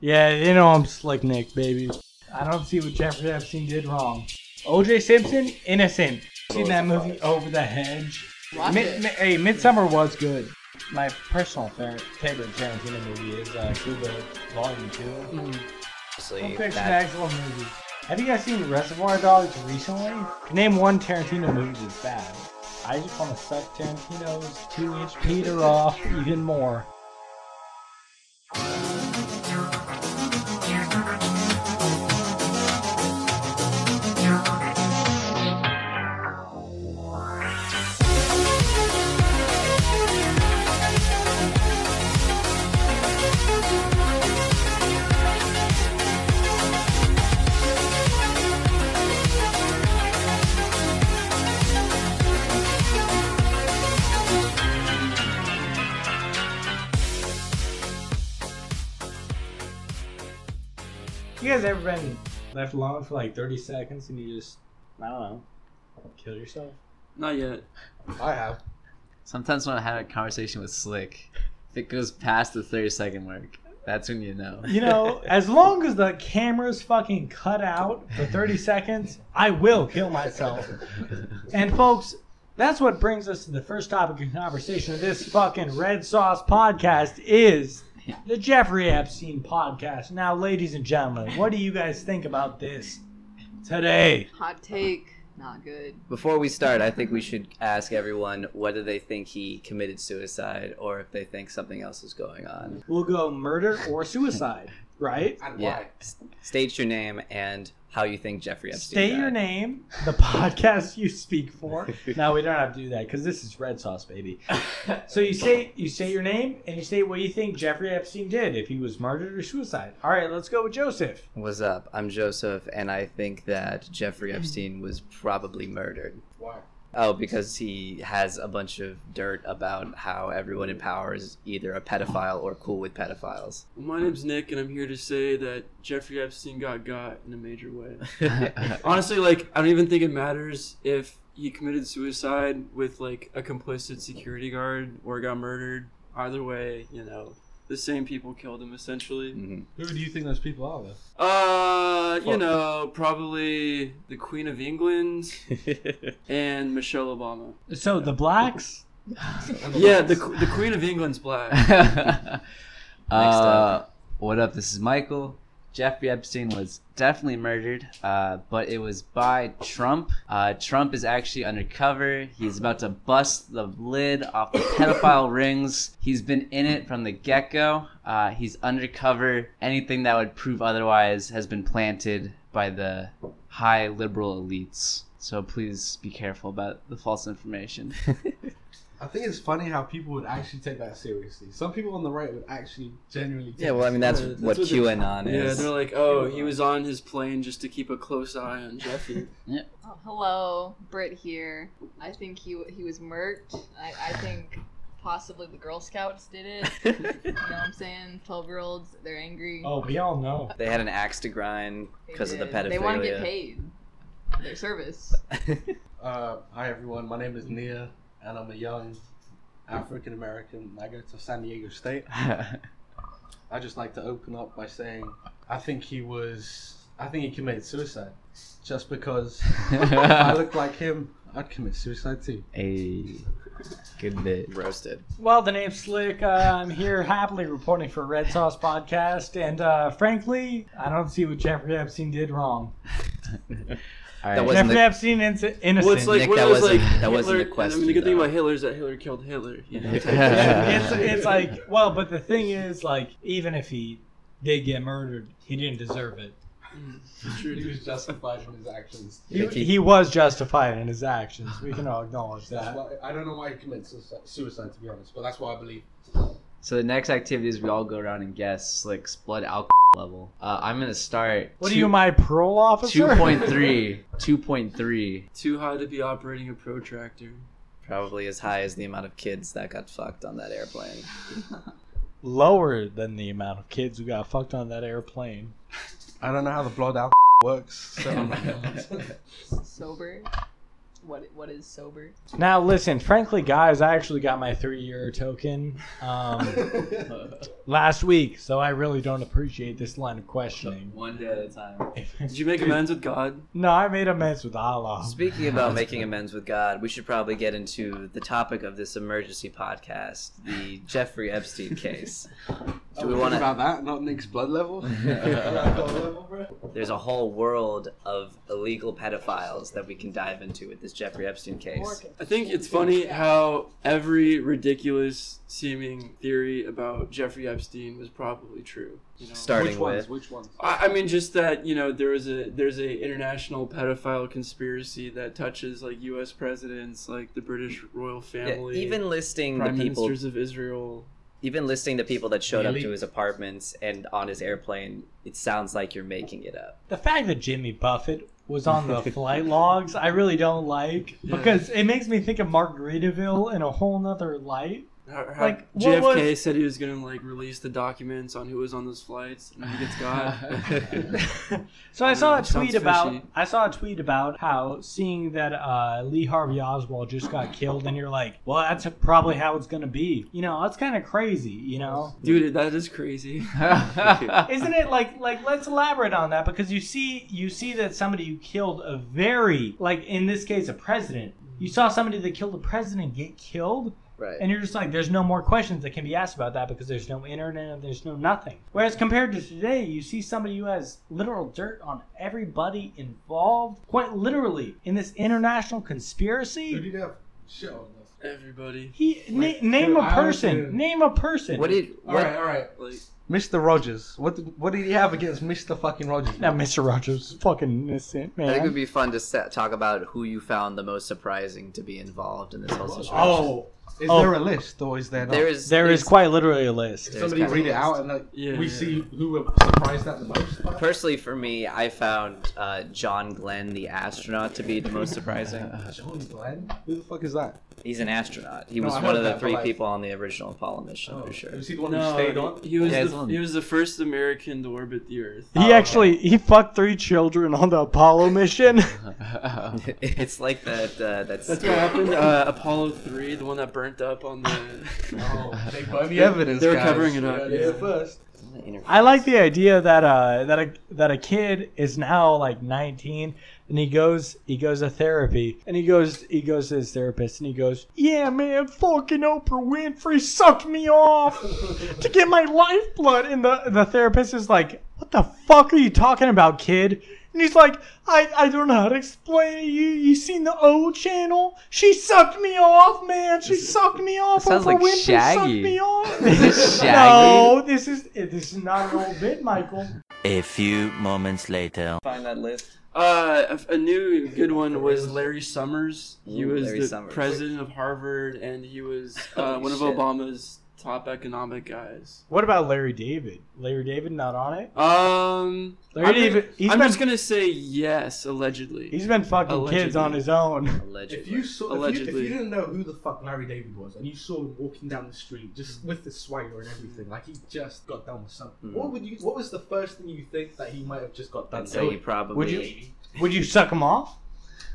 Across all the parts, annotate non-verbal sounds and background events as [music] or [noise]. Yeah, you know I'm slick Nick, baby. I don't see what Jeffrey Epstein did wrong. OJ Simpson, innocent. Seen that movie Over the Hedge? Watch Mid- it. mi- hey, Midsummer was good. My personal fa- favorite Tarantino movie is uh, Cuba Volume 2. Mm. Obviously, Pulp Fiction, that, excellent movie. Have you guys seen Reservoir Dogs recently? Name one Tarantino movie that's bad. I just want to suck Tarantino's two-inch Peter off even more. You guys ever been left alone for like 30 seconds and you just, I don't know, kill yourself? Not yet. I have. sometimes when I have a conversation with Slick, if it goes past the 30 second mark, that's when you [laughs] know. You [laughs] know, as long as the camera's fucking cut out for 30 seconds, I will kill myself. And folks, that's what brings us to the first topic of conversation of this fucking Red Sauce podcast is the Jeffrey Epstein podcast. Now, ladies and gentlemen, what do you guys think about this today? Hot take. Not good. Before we start, I think we should ask everyone whether they think he committed suicide or if they think something else is going on. We'll go murder or suicide, right? And Yeah. S- State your name and how you think Jeffrey [laughs] Epstein. State your died. name, the [laughs] podcast you speak [laughs] for. No, we don't have to do that because this is red sauce, baby. So you say you say your name and you say what you think Jeffrey Epstein did, if he was murdered or suicide. All right, let's go with Joseph. What's up? I'm Joseph, and I think that Jeffrey Epstein was probably murdered. Why? Oh, because he has a bunch of dirt about how everyone in power is either a pedophile or cool with [laughs] pedophiles. Well, my name's Nick, and I'm here to say that Jeffrey Epstein got got in a major way. [laughs] Honestly, like I don't even think it matters if he committed suicide with like a complicit security guard or got murdered. Either way, you know, the same people killed him essentially. Mhm. Who do you think those people are, though? Uh, you Fuck. know, probably the Queen of England and Michelle Obama. So the blacks. Yeah, the the Queen of [laughs] England's black. uh, what up? This is Michael. Jeffrey Epstein was definitely murdered, uh, but it was by Trump. Uh, Trump is actually undercover. He's about to bust the lid off the pedophile rings. He's been in it from the get go. Uh, he's undercover. Anything that would prove otherwise has been planted by the high liberal elites. So please be careful about the false information. I think it's funny how people would actually take that seriously. Some people on the right would actually genuinely. Take Yeah, well, I mean, that's Yeah, that's what what they- QAnon Yeah, is. they're like, oh, he was on his plane just to keep a close eye on Jeffy. Oh, hello, Britt here. I think he he was murked. I, I think possibly the Girl Scouts did it. [laughs] you know what I'm saying? [laughs] Twelve year olds, they're angry. Oh, we all know. They had an axe to [laughs] grind They because of the did. pedophilia. They want to get paid. for Their service. Uh, hi everyone, my name is Nia, and I'm a young African American. I go to San Diego State. I just like to open up by saying I think he was. I think he committed suicide. Just because if I looked like him, I'd commit suicide too. a good bit. Roasted. Well, the name's Slick. Uh, I'm here happily reporting for Red Sauce Podcast, and uh, frankly, I don't see what Jeffrey Epstein did wrong. [laughs] All That right. wasn't Jeffrey the- Epstein ince- innocent. Well, it's like Nick, one that of those like wasn't- Hitler, that wasn't the uh, I mean, question, the good thing though. about Hitler is that Hitler [laughs] killed Hitler. You know? it's, it's like well but the thing is like even if he did get murdered he didn't deserve it He was justified in his actions. he, If he- he was justified in his actions we can all acknowledge That's that why, I don't know why he committed suicide, suicide, to be honest, but that's what I believe. So the next activity is we all go around and guess Slick's blood alcohol level. Uh, I'm gonna start. what two- are you my parole officer 2.3. 2.3. Too high to be operating a protractor. Probably as high as the amount of kids that got fucked on that airplane. [laughs] lower than the amount of kids who got fucked on that airplane I don't know how the blood alcohol works. So Sober. What what is sober? Now, listen, frankly, guys, I actually got my three year token um, [laughs] last week, so I really don't appreciate this line of questioning. One day at a time. Did you make amends with God? no, I made amends with Allah. Speaking about making amends with God, we should probably get into the topic of this emergency podcast, the Jeffrey Epstein case. Do we want to? about that? Not Nick's [laughs] blood level. There's a whole world of illegal pedophiles that we can dive into with this Jeffrey Epstein case. I think it's funny how every ridiculous seeming theory about Jeffrey Epstein was probably true. You know? Starting Which ones? with Which ones? I, I mean, just that you know there was a there's a international pedophile conspiracy that touches like U.S. presidents, like the British royal Yeah, family, even listing prime the people, ministers of Israel. even listing the people that showed up Elite. to his apartments and on his airplane. It sounds like you're making it up. The fact that Jimmy Buffett was on [laughs] the flight logs, I really don't like Yeah. because it makes me think of Margaritaville in a whole nother light. How, how Like, what JFK said he was gonna like release the documents on who was on those flights, and he gets got. So I saw Yeah, a tweet sounds about fishy. I saw a tweet about how seeing that uh, Lee Harvey Oswald just got killed, and you're like, well, that's probably how it's gonna be. You know, that's kind of crazy. You know, Dude, that is crazy. isn't it? Like, like let's elaborate on that because you see, you see that somebody who killed a very like in this case a president. You saw somebody that killed a president get killed, Right. and you're just like, there's no more questions that can be asked about that because there's no internet and there's no nothing. Whereas compared to today, you see somebody who has literal dirt on everybody involved, quite literally, in this international conspiracy. have shit on this? Everybody. He na- Wait, name dude, a I person. understand. Name a person. What did? All What, right, all right. Like, Mr. Rogers. What did, what did he have against Mr. fucking Rogers? now, Mr. Rogers, fucking innocent I think it would man. be fun to sa talk about who you found the most surprising to be involved in this whole situation. Oh, is Oh. there a list or is there not? there is There is it's- quite literally a list. Did somebody there's read it kind of a out and like, Yeah, we yeah. see who we're surprised at the most. Personally, for me, I found uh, John Glenn, the astronaut, to be the most [laughs] surprising. John Uh, Glenn? Who the fuck is that? He's an astronaut. He No, was I one heard of the that, but, three like- people on the original Apollo mission, for sure. Is he Oh, the one who no, stayed on? he was Yeah, it's the, on. he was the first American to orbit the Earth. Oh, He actually he fucked three children on the Apollo mission. [laughs] [laughs] it's like that. Uh, that's That's what happened. Uh, Apollo three, the one that burnt up on the. Oh, they burned the evidence. They were guys. covering it up, Yeah, they're yeah. first. I like the idea that uh that a that a kid is now like 19 and he goes he goes to therapy and he goes he goes to his therapist and he goes yeah man fucking Oprah Winfrey sucked me off to get my lifeblood and the the therapist is like what the fuck are you talking about kid and he's like I I don't know how to explain it you you seen the O channel she sucked me off man she sucked me off sounds Oprah like Winfrey sucked Shaggy. me off Is this Shaggy? no this is this is not an old bit Michael. A few moments later. find that list. [laughs] Uh, a a new good one was Larry Summers. He Ooh, was Larry the Summers. president of Harvard, and he was uh, Holy one of shit. Obama's top economic guys. What about Larry David? Larry David not on it? Um, Larry I'm, David. gonna- He's I'm been, just gonna say yes, allegedly. he's been fucking kids Allegedly. on his own. If Allegedly. you saw, if you, if Allegedly. you didn't know who the fuck Larry David was, and you saw him walking down the street just with the swagger and everything, like he just got done with something. Mm. What would you? What was the first thing you think that he might have just got done? I'd say he with? probably Would you would you suck him off?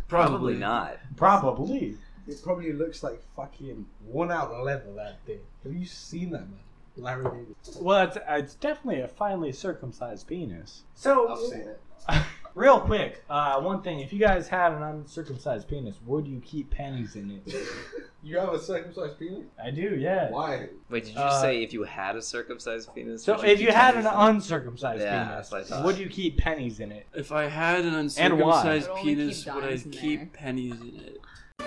probably not. Probably. It probably looks like fucking worn out leather that day. Have you seen that man, Larry David? Well, it's, it's definitely a finely circumcised penis. I've So, seen it. real quick, uh, one thing: if you guys had an uncircumcised penis, would you keep pennies in it? [laughs] You have a circumcised penis? I do, yeah. Why? Wait, did you Uh, say if you had a circumcised penis? So, would if you keep had an pennies in it? uncircumcised Yeah, penis, that's what I thought. would you keep pennies in it? If I had And an why? uncircumcised I'd only keep penis, would I dimes in there. keep pennies in it?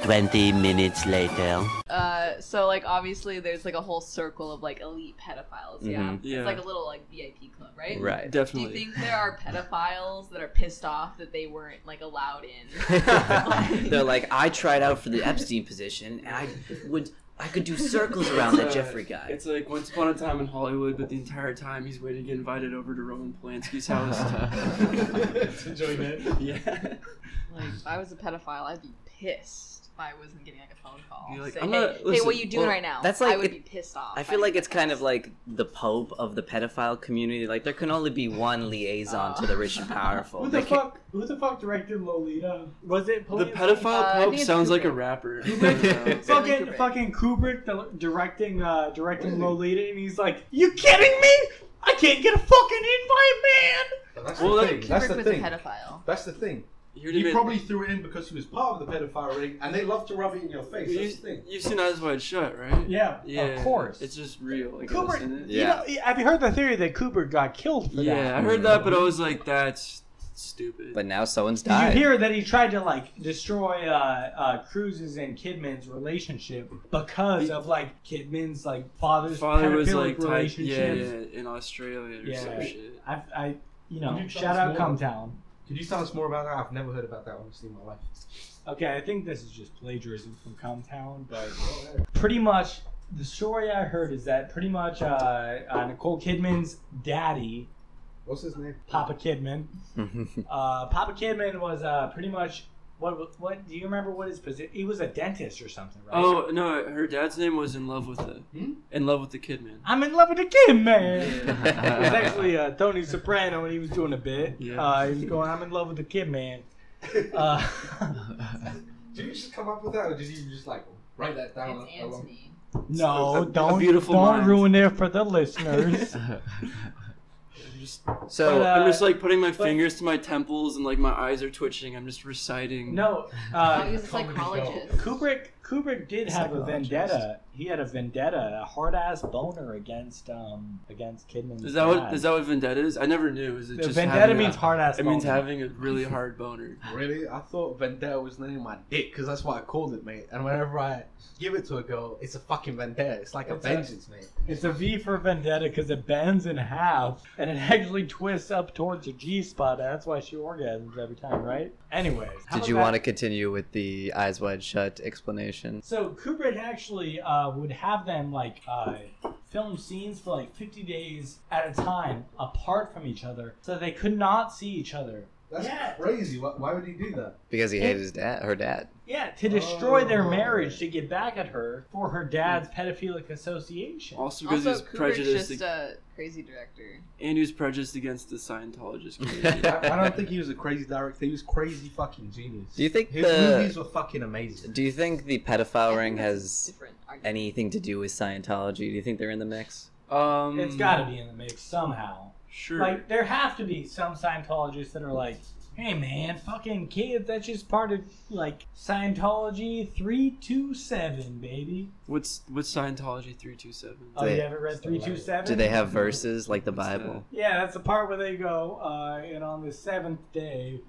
20 minutes later. Uh, so like obviously there's like a whole circle of like elite pedophiles. Yeah, Mhm. Yeah. it's like a little like VIP club, right? [laughs] right. Do you Definitely. think there are pedophiles that are pissed off that they weren't like allowed [laughs] in? They're like, I tried out for the Epstein position, and I would, I could do circles around that [laughs] Uh, Jeffrey guy. It's like Once Upon a Time in Hollywood, but the entire time he's waiting to get invited over to Roman Polanski's house. [laughs] to join in. [laughs] yeah. Like, if I was a pedophile, I'd be pissed. I wasn't getting like a phone call. You're like, say, I'm hey, not- hey, listen, what are you doing well, right now? that's I like- would it- be pissed off. I feel like didn't it's kind of this. like the pope of the pedophile community. Like there can only be one liaison to the rich and powerful. Uh, Who the They can't- fuck? Who the fuck directed Lolita? Was it The Napoleon pedophile Uh, I pope think it's sounds like a Kubrick. rapper. Fucking Kubrick. fucking Kubrick di- directing uh, directing Lolita, and he's like, "You kidding me? I can't get a fucking invite, But that's Well, the that- thing. Kubrick That's the was thing. a pedophile. That's the thing. You're He gonna- probably threw it in because he was part of the pedophile ring, and they love to rub it in your face. you, That's the thing. you've seen Eyes Wide Shut, right? man." Yeah, Yeah. of course. It's just real. I guess, Kubrick- isn't it? You know, have you heard the theory that Kubrick got killed for Yeah, I that? heard that, but I was like, that's stupid. But now someone's Did you died. hear that he tried to like destroy uh, uh, Cruz's and Kidman's relationship because of like Kidman's like My father's father was pedophilic like, type, yeah, relationships? yeah, in Australia or Yeah. some shit. I, I, you know, Can you tell shout us out more? Cumtown. Could you tell us more about that? I've never heard about that honestly in my life. Okay, I think this is just plagiarism from Comtown, but pretty much the story I heard is that pretty much uh, uh, Nicole Kidman's daddy, What's his name? [laughs] Papa Kidman, [laughs] [laughs] uh, Papa Kidman was uh, pretty much what? What do you remember? What his position? He was a dentist or something, right? Oh no, her dad's name was in love with the Hmm? in love with the kid man. I'm in love with the kid, man. [laughs] It was Yeah. actually uh, Tony Soprano when he was doing a bit. Yeah. Uh, he was going, "I'm in love with the kid, man." Uh, Did you just come up with that, or did you just like write that down? It's Anthony. no, A- a don't beautiful don't mind. ruin it for the [laughs] [laughs] listeners. I'm just, so But, uh, I'm just like putting my but- fingers to my temples and like my eyes are twitching. I'm just reciting. no, Oh, uh, he was a comedy psychologist. Kubrick Kubrick did have a Psychologist. vendetta. He had a vendetta, a hard ass boner against um against Kidman. Is that what is that what vendetta is? I never knew. Is it the just vendetta having a- means hard [laughs] ass? It means having a really hard boner. Really? I thought vendetta was the name of my dick because that's what I called it, mate. And whenever I give it to a girl, it's a fucking vendetta. It's like a It's a- vengeance, mate. It's a V for vendetta because it bends in half and it actually twists up towards the G spot. That's why she orgasms every time, right? Anyways, did you want to continue with the eyes wide shut explanation? So Kubrick actually uh, would have them like uh, film scenes for like 50 days at a time apart from each other, so they could not see each other. That's Yeah. crazy. Why, why would he do that? Because he hated his dad, her dad. Yeah, to destroy their Oh. marriage to get back at her for her dad's pedophilic association. Also because Also, he's prejudiced. Kubrick's just a crazy director. and he was prejudiced against [laughs] the Scientologist community. I, I don't think he was a crazy director. He was crazy fucking genius. Do you think his the- movies were fucking amazing? Do you think the I pedophile think ring that's has different argument. anything to do with Scientology? Do you think they're in the mix? um, It's got to be in the mix somehow. Sure. Like there have to be some Scientologists that are like, "Hey man, fucking kids, that's just part of like Scientology three two seven, baby." what's what's Scientology three two seven? Oh, They- you haven't read three two seven? Do they have verses like the What's that? Bible? Yeah, that's the part where they go, uh, and on the seventh day,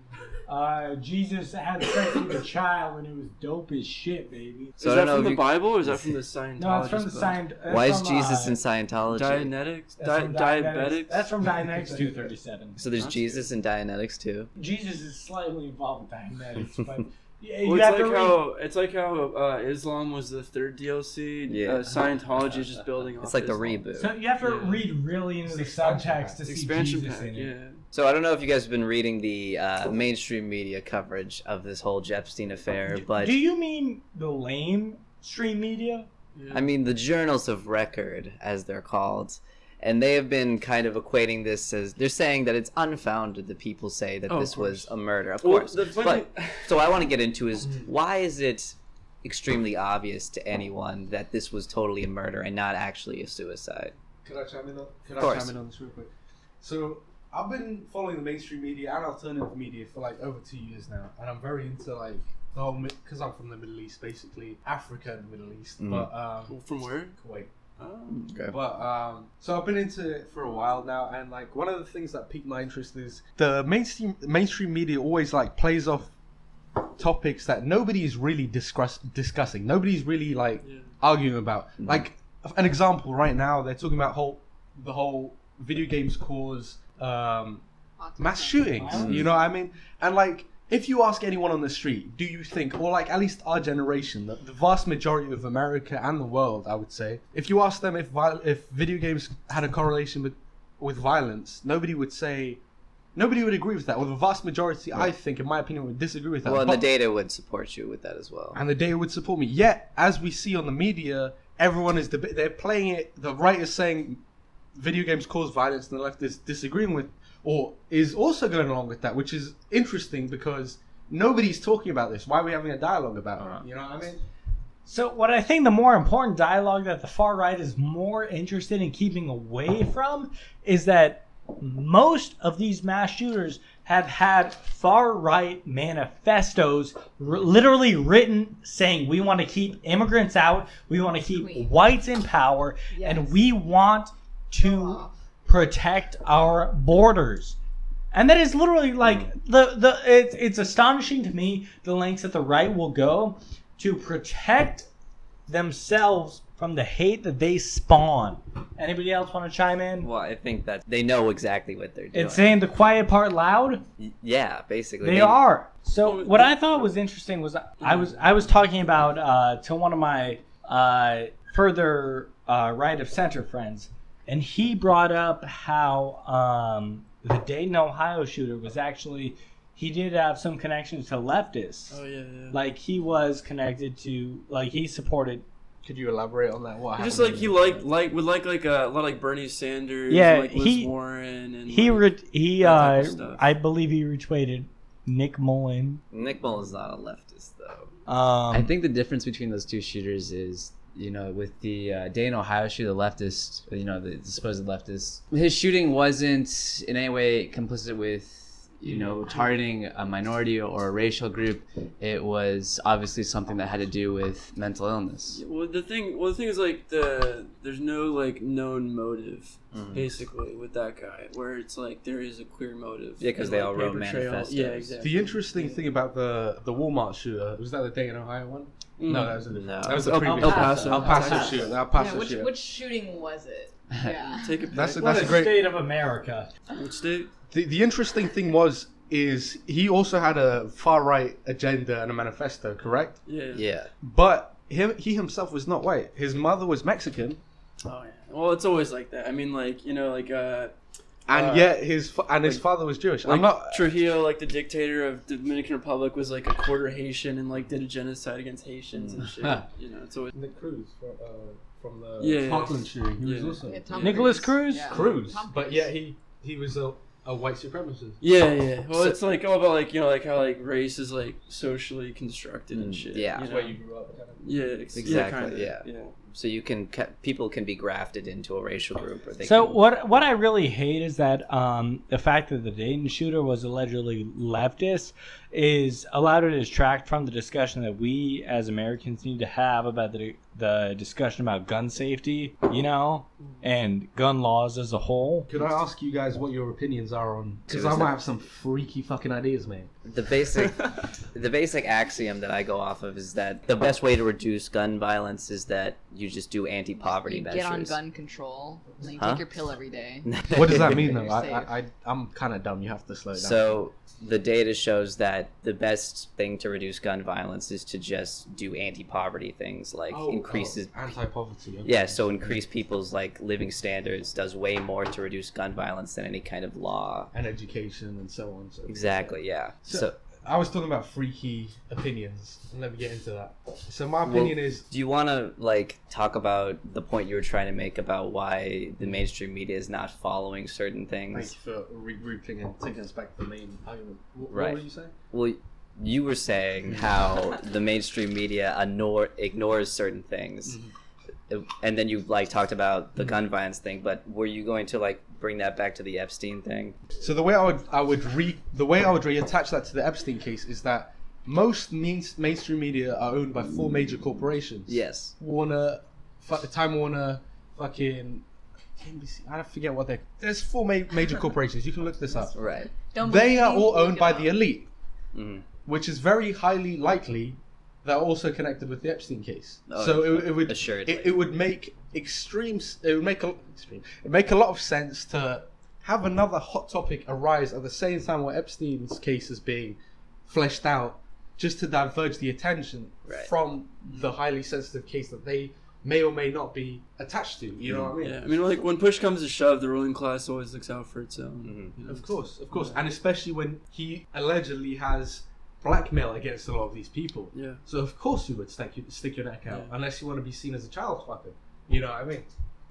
uh, Jesus had sex with a child and it was dope as shit, baby. So I don't is that know from if the you- Bible or is [laughs] that from the Scientologist? No, it's from the book? Scient. that's Why is from, Jesus uh, in Scientology? Dianetics, That's Di- from diabetics. That's from Dianetics 237. so there's That's Jesus in Dianetics too. Jesus is slightly involved with Dianetics, [laughs] but yeah, Well, you have it's to like read. how it's like how uh, Islam was the third DLC. Yeah. Uh, Scientology is just building. It's off like the Islam. reboot. So you have to Yeah. read really into the Expansion subtext pack. to see Expansion Jesus pack. in it. Yeah. So I don't know if you guys have been reading the uh, mainstream media coverage of this whole Jepstein affair, but Do you mean the lame stream media? yeah. I mean the journals of record, as they're called, and they have been kind of equating this as they're saying that it's unfounded that people say that Oh, of this was a murder. Of Well, course, the funny- but so I want to get into is Mm. why is it extremely obvious to anyone that this was totally a murder and not actually a suicide? Could I chime in on? Could Of course. I chime in on this real quick? So I've been following the mainstream media and alternative media for like over two years now, and I'm very into like the whole because I'm from the Middle East, basically Africa and the Middle East, Mhm. but um, [laughs] from where? Kuwait. Oh. Okay. But um, so I've been into it for a while now, and like one of the things that piqued my interest is the mainstream mainstream media always like plays off topics that nobody's really discuss, discussing. Nobody's really like Yeah. arguing about. Like an example right now, they're talking about whole the whole video games cause um, Autism. mass shootings. Mm. You know what I mean? And like, if you ask anyone on the street, do you think, or like at least our generation, the, the vast majority of America and the world, I would say, if you ask them if viol- if video games had a correlation with with violence, nobody would say Nobody would agree with that, or the vast majority, I think, in my opinion, would disagree Uh, with that. Well, and the but- data would support you with that as well. and the data would support me. Yet, as we see on the media, everyone is deb- they're playing it. The right is saying video games cause violence, and the left is disagreeing with or is also going along with that, which is interesting because nobody's talking about this. Why are we having a dialogue about Uh-huh. it? You know what I mean? So, what I think the more important dialogue that the far right is more interested in keeping away from is that most of these mass shooters have had far right manifestos r- literally written saying we want to keep immigrants out, we want to keep Sweet. whites in power, and Yes. we want to protect our borders. And that is literally like the the it's it's astonishing to me the lengths that the right will go to protect themselves from the hate that they spawn. Anybody else want to chime in? Well, I think that they know exactly what they're doing. It's saying the quiet part loud. Y- yeah, basically. They are. So Well, what the- I thought was interesting was I was I was talking about uh, to one of my uh, further uh, right of center friends, and he brought up how um, the Dayton, Ohio shooter was actually he did have some connections to leftists. Oh yeah, yeah. Like he was connected to like he supported. Could you elaborate on that? What It's just like happened in he the- liked like would like like a lot like Bernie Sanders, Yeah, and, like Liz he- Warren, and He like, re- he That type of uh, stuff. I believe he retweeted Nick Mullen. Nick Mullen's not a leftist, though. Um, I think the difference between those two shooters is, you know, with the uh, Dayton, Ohio shooter, the leftist, you know, the supposed leftist, his shooting wasn't in any way complicit with, you know, targeting a minority or a racial group. It was obviously something that had to do with mental illness. Well, the thing, well, the thing is like the there's no like known motive Mhm. basically with that guy, where it's like there is a clear motive. Yeah, 'cause and, they like, all wrote paper trail. manifestos. Yeah, exactly. The interesting thing about the the Walmart shooter was that the Dayton, Ohio one. Mm. No, that was a, No. that was the El- previous El one. Paso. El Paso Texas. shooter. El Yeah, Paso which, shooter. which shooting was it? Yeah. Take a That's pic. a- that's a great. state of America. Which state? The, the interesting thing was is he also had a far right agenda and a manifesto, correct? Yeah. Yeah. But him he himself was not white. His mother was Mexican, Oh yeah. Well, it's always like that. I mean, like you know, like uh, and Uh, yet his fa- and his like- father was Jewish. like I'm not. Trujillo, like the dictator of Dominican Republic, was like a quarter Haitian and like did a genocide against Haitians and shit. Mm. you know, it's always. Nick Cruz from, uh, from the Yeah, yeah. Parkland shooting. He Yeah. was also Yeah, Tom Nicholas Cruz? Yeah. Cruz, uh, Tom but Cruise. yet he he was a, a white supremacist. Yeah, yeah. Well, So- it's like all about like you know, like how like race is like socially constructed and shit. Mm, Yeah. you That's know? where you grew up. Kind of. Yeah, ex- Exactly, Yeah, yeah. kinda, So you can ca- people can be grafted into a racial group, or they So can, what what I really hate is that um, the fact that the Dayton shooter was allegedly leftist is allowed to distract from the discussion that we as Americans need to have about the the discussion about gun safety, you know, and gun laws as a whole. Could I ask you guys what your opinions are on? Because I might have some freaky fucking ideas, man. the [laughs] basic the basic axiom that I go off of is that the best way to reduce gun violence is that you just do anti-poverty You measures. get [laughs] on gun control. and you Huh? take your pill every day. What does that mean though? You're I, safe. I, I I'm kind of dumb. You have to slow down. So the data shows that the best thing to reduce gun violence is to just do anti-poverty things like increases Oh, anti-poverty. okay. yeah, so increase people's like living standards does way more to reduce gun violence than any kind of law. and education and so on. and So forth. Exactly, yeah. So- So, I was talking about freaky opinions. Let me get into that. So my opinion is do you want to like talk about the point you were trying to make about why the mainstream media is not following certain Thank things? you for regrouping and taking us back to the main argument. What, Right. what were you saying? Well, you were saying how the mainstream media ignore, ignores certain things. And then you like talked about the gun violence thing, but were you going to like bring that back to the Epstein thing? So the way I would I would re the way I would reattach that to the Epstein case is that most mean, mainstream media are owned by four major corporations. Yes. Warner, fuck the Time Warner, fucking NBC. I forget what they. There's four ma- major corporations. You can look this up. Right. Don't They believe are me? all Look owned it by up. the elite, Mhm. which is very highly likely they're also connected with the Epstein case. Oh, so it, it would assuredly. it, it would make extreme. s- It would make a extreme, it make a lot of sense to have another hot topic arise at the same time where Epstein's case is being fleshed out, just to diverge the attention Right. from the highly sensitive case that they may or may not be attached to. You know what I mean? Yeah, I mean, like when push comes to shove, the ruling class always looks out for its own. you know? Of course, of course, and especially when he allegedly has blackmail against a lot of these people. Mm-hmm. Yeah. So of course you would stick your, stick your neck out Yeah. unless you want to be seen as a child weapon. You know what I mean?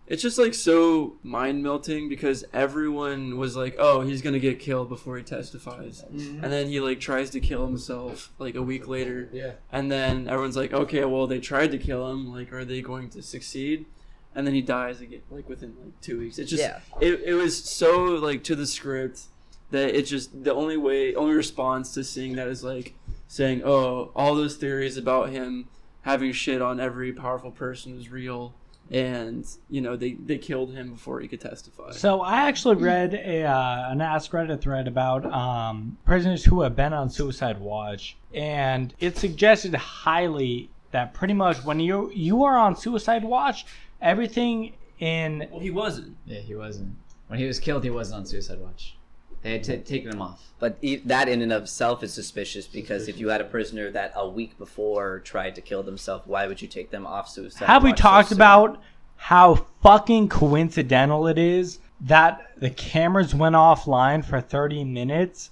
It's just like so mind melting because everyone was like, "Oh, he's gonna get killed before he testifies," and then he like tries to kill himself like a week later, Yeah. and then everyone's like, "Okay, well they tried to kill him. Like, are they going to succeed?" And then he dies again, like within like two weeks. It's just Yeah. it, it was so like to the script that it just the only way only response to seeing that is like saying, "Oh, all those theories about him having shit on every powerful person is real." and you know they they killed him before he could testify. So I actually read a, uh, an Ask Reddit thread about um, prisoners who have been on suicide watch, and it suggested highly that pretty much when you you are on suicide watch, everything in well, he wasn't. Yeah, he wasn't. When he was killed, he wasn't on suicide watch. They had t- taken him off. But e- that in and of itself is suspicious because if you had a prisoner that a week before tried to kill themselves, why would you take them off suicide? Have we watch so talked soon? about how fucking coincidental it is that the cameras went offline for 30 minutes?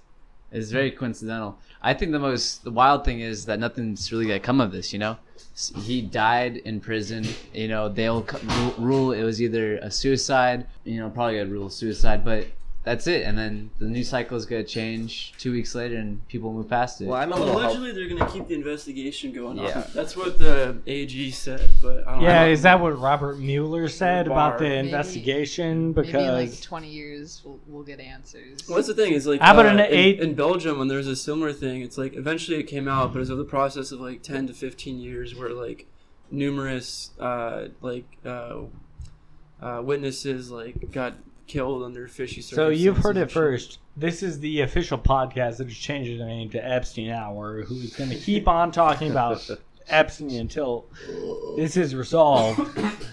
It's very coincidental. I think the most the wild thing is that nothing's really gonna come of this. You know, S- he died in prison. You know, they'll c- ru- rule it was either a suicide. You know, probably gonna rule suicide, but that's it. And then the news cycle is gonna change two weeks later, and people move past it. Well, I'm a little. Allegedly, they're gonna keep the investigation going on. Yeah. That's what the AG said, but I don't Yeah, know. is that what Robert Mueller said about the Maybe- investigation? Because Maybe in like 20 years we'll, we'll get answers. Well, that's the thing. Is like How about uh, an eight- in, in Belgium when there was a similar thing. It's like eventually it came out, but it was over the process of like ten to fifteen years, where like numerous uh, like uh, uh, witnesses like got killed under fishy circumstances. So you've heard and it shit. first. This is the official podcast that has changed the name to Epstein Hour, who's going to keep on talking [laughs] about Epstein until this is [coughs] resolved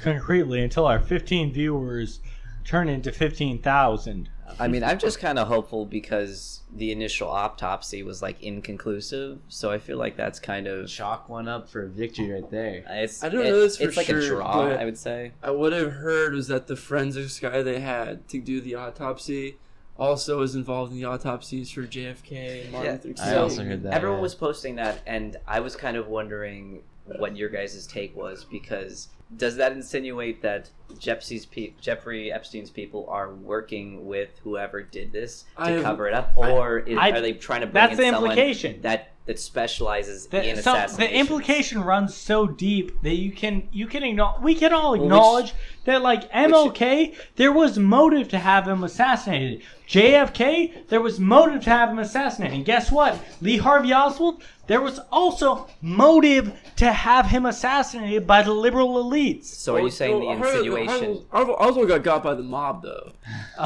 concretely, until our 15 viewers turn into 15,000. I mean, I'm just kind of hopeful because the initial autopsy was like inconclusive, so I feel like that's kind of. chalk one up for victory right there. It's, I don't it- know this for It's like a sure, draw, but- I would say. I would have heard was that the forensics guy they had to do the autopsy also was involved in the autopsies for JFK and Martin Yeah, Luther King. I also heard that. Everyone yeah. was posting that, and I was kind of wondering what your guys' take was because does that insinuate that Jeffrey's pe- Jeffrey Epstein's people are working with whoever did this to I have- cover it up, or is, I- are they trying to bring That's in the someone implication. that that specializes in The, so assassinations? the implication runs so deep that you can you can ignore we can all which- acknowledge that like MLK there was motive to have him assassinated JFK there was motive to have him assassinated and guess what Lee Harvey Oswald there was also motive to have him assassinated by the liberal elites So are you saying the Well, Harlow- insinuation? Harlow- Oswald got got by the mob though.